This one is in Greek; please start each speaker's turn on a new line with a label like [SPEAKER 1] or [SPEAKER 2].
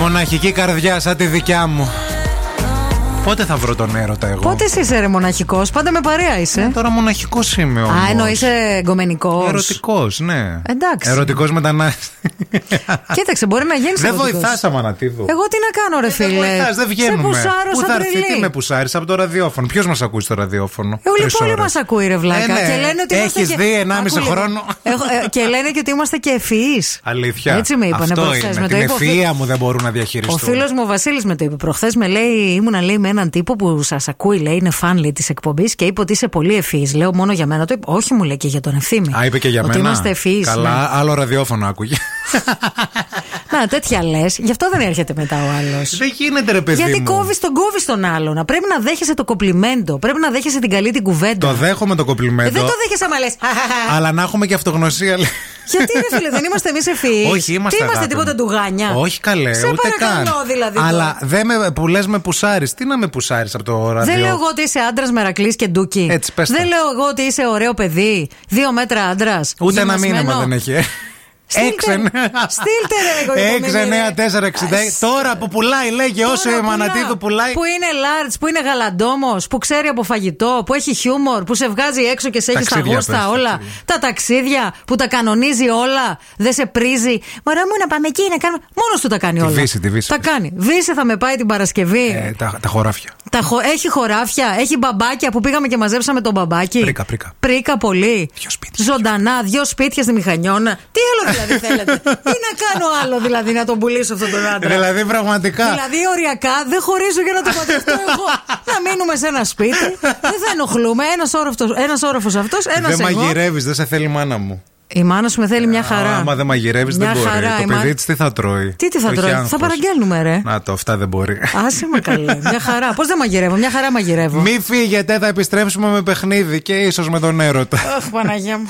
[SPEAKER 1] Μοναχική καρδιά σαν τη δικιά μου. Πότε θα βρω τον έρωτα εγώ.
[SPEAKER 2] Πότε εσύ είσαι ρε μοναχικός, πάντα με παρέα είσαι.
[SPEAKER 1] Ε, Τώρα μοναχικός είμαι όμως.
[SPEAKER 2] Α, ενώ είσαι εγκομενικός.
[SPEAKER 1] Ερωτικός, ναι.
[SPEAKER 2] Εντάξει.
[SPEAKER 1] Ερωτικός μετανάστης.
[SPEAKER 2] Κοίταξε, μπορεί να γίνεις
[SPEAKER 1] Δεν βοηθά, Αμανατίδου.
[SPEAKER 2] Εγώ τι να κάνω, ρε φίλε.
[SPEAKER 1] Δεν βοηθάς, δεν βγαίνουμε.
[SPEAKER 2] Σε πουσάρω,
[SPEAKER 1] Πού
[SPEAKER 2] σαν
[SPEAKER 1] θα έρθει,
[SPEAKER 2] τρελή.
[SPEAKER 1] τι με πουσάρεις από το ραδιόφωνο. Ποιος μας ακούει στο ραδιόφωνο.
[SPEAKER 2] Ε, Όλη
[SPEAKER 1] τρεις
[SPEAKER 2] πόλη
[SPEAKER 1] ώρες.
[SPEAKER 2] μας ακούει, ρε Βλάκα.
[SPEAKER 1] Ε, ναι.
[SPEAKER 2] Και λένε ότι είμαστε
[SPEAKER 1] Έχεις
[SPEAKER 2] και-
[SPEAKER 1] δει 1,5
[SPEAKER 2] Άκου λίγο.
[SPEAKER 1] χρόνο.
[SPEAKER 2] Έχω- ε, και λένε και ότι είμαστε και ευφυείς.
[SPEAKER 1] Αλήθεια.
[SPEAKER 2] Έτσι με είπανε
[SPEAKER 1] Αυτό
[SPEAKER 2] προχθές.
[SPEAKER 1] είναι. Την ευφυΐα μου δεν μπορούν να διαχειριστούν.
[SPEAKER 2] Ο φίλος μου ο Βασίλης με το είπε προχθές. Με λέει, ήμουνα λέει με έναν τύπο που σας ακούει, λέει, είναι φαν λέει, της εκπομπής και είπε ότι είσαι πολύ ευφυή. Λέω μόνο για μένα. Το είπε, Όχι, μου λέει και για τον ευθύμη.
[SPEAKER 1] Α, είπε και για
[SPEAKER 2] ότι
[SPEAKER 1] μένα.
[SPEAKER 2] είμαστε ναι». ευφυεί.
[SPEAKER 1] Καλά, άλλο ραδιόφωνο άκουγε.
[SPEAKER 2] Να, τέτοια λες. Γι' αυτό δεν έρχεται μετά ο άλλος.
[SPEAKER 1] Ε, δεν γίνεται, ρε παιδί.
[SPEAKER 2] Γιατί
[SPEAKER 1] μου.
[SPEAKER 2] κόβεις τον κόβεις τον άλλον. Να Πρέπει να δέχεσαι το κοπλιμέντο. Πρέπει να δέχεσαι την καλή την κουβέντα.
[SPEAKER 1] Το δέχομαι το
[SPEAKER 2] Ε,
[SPEAKER 1] κοπλιμέντο.
[SPEAKER 2] δεν το δέχεσαι άμα λες.
[SPEAKER 1] Αλλά να έχουμε και αυτογνωσία. λέει.
[SPEAKER 2] Γιατί ρε φίλε, δεν είμαστε εμείς ευφυείς.
[SPEAKER 1] Όχι, είμαστε.
[SPEAKER 2] Τι είμαστε
[SPEAKER 1] αγάπη μου.
[SPEAKER 2] τίποτα ντουγάνια.
[SPEAKER 1] Όχι καλέ,
[SPEAKER 2] Σε
[SPEAKER 1] ούτε καν.
[SPEAKER 2] παρακαλώ δηλαδή.
[SPEAKER 1] Αλλά
[SPEAKER 2] τώρα.
[SPEAKER 1] δεν με, που λες με πουσάρεις. Τι να με πουσάρεις από το ραδιό.
[SPEAKER 2] Δεν λέω εγώ ότι είσαι άντρας μερακλής και ντούκι.
[SPEAKER 1] Έτσι, πες τα.
[SPEAKER 2] δεν λέω εγώ ότι είσαι ωραίο παιδί. Δύο μέτρα άντρας.
[SPEAKER 1] Ούτε ένα μήνυμα δεν έχει. ε.
[SPEAKER 2] Στείλτε-
[SPEAKER 1] Έξεν.
[SPEAKER 2] στείλτε, ρε, κοκκινομήνη,
[SPEAKER 1] Έξεν,
[SPEAKER 2] ρε.
[SPEAKER 1] νέα, τέσσερα, εξήντα.
[SPEAKER 2] Ας.
[SPEAKER 1] Τώρα που πουλάει, λέγε
[SPEAKER 2] Τώρα
[SPEAKER 1] όσο η Μανατίδου πουλάει.
[SPEAKER 2] Που είναι large, που είναι γαλαντόμος, που ξέρει από φαγητό, που έχει χιούμορ, που σε βγάζει έξω και σε έχει στα
[SPEAKER 1] Ταξίδια,
[SPEAKER 2] γούστα
[SPEAKER 1] πες,
[SPEAKER 2] όλα.
[SPEAKER 1] ταξίδια.
[SPEAKER 2] Τα ταξίδια που τα κανονίζει όλα, δεν σε πρίζει. Μωρά μου να πάμε εκεί, να κάνουμε. Μόνος του τα κάνει όλα.
[SPEAKER 1] Βύση, τη Βύση,
[SPEAKER 2] Τα
[SPEAKER 1] πες.
[SPEAKER 2] κάνει. Βύση θα με πάει την Παρασκευή.
[SPEAKER 1] Ε, τα, τα χωράφια.
[SPEAKER 2] Τα χο- Έχει χωράφια, έχει μπαμπάκια που πήγαμε και μαζέψαμε τον μπαμπάκι.
[SPEAKER 1] Πρίκα, πρίκα.
[SPEAKER 2] Πρίκα πολύ.
[SPEAKER 1] Δυο σπίτια.
[SPEAKER 2] Ζωντανά, δύο σπίτια στη Μηχανιώνα. Τι άλλο δηλαδή θέλετε. Τι να κάνω άλλο δηλαδή να τον πουλήσω αυτόν τον άντρα.
[SPEAKER 1] Δηλαδή, πραγματικά.
[SPEAKER 2] Δηλαδή, οριακά δεν χωρίζω για να το παντρευτώ εγώ. να μείνουμε σε ένα σπίτι, δεν θα ενοχλούμε. Ένας όροφος αυτός, ένας
[SPEAKER 1] δεν
[SPEAKER 2] εγώ.
[SPEAKER 1] μαγειρεύεις, δεν σε θέλει η μάνα μου.
[SPEAKER 2] Η μάνα σου με θέλει μια χαρά.
[SPEAKER 1] Α, Άμα δεν μαγειρεύεις,
[SPEAKER 2] Μια
[SPEAKER 1] δεν μπορεί.
[SPEAKER 2] χαρά, η
[SPEAKER 1] το
[SPEAKER 2] μάνα-
[SPEAKER 1] παιδί της τι θα τρώει.
[SPEAKER 2] Τι, τι θα
[SPEAKER 1] Το
[SPEAKER 2] τρώει,
[SPEAKER 1] έχει
[SPEAKER 2] θα
[SPEAKER 1] άγχος.
[SPEAKER 2] παραγγέλνουμε, ρε.
[SPEAKER 1] Να το, αυτά δεν μπορεί.
[SPEAKER 2] Ε. Άσε με καλέ. Μια χαρά. Πώς δεν μαγειρεύω, μια χαρά μαγειρεύω.
[SPEAKER 1] Μη φύγετε, θα επιστρέψουμε με παιχνίδι και ίσως με τον έρωτα.
[SPEAKER 2] Αχ, Παναγία μου.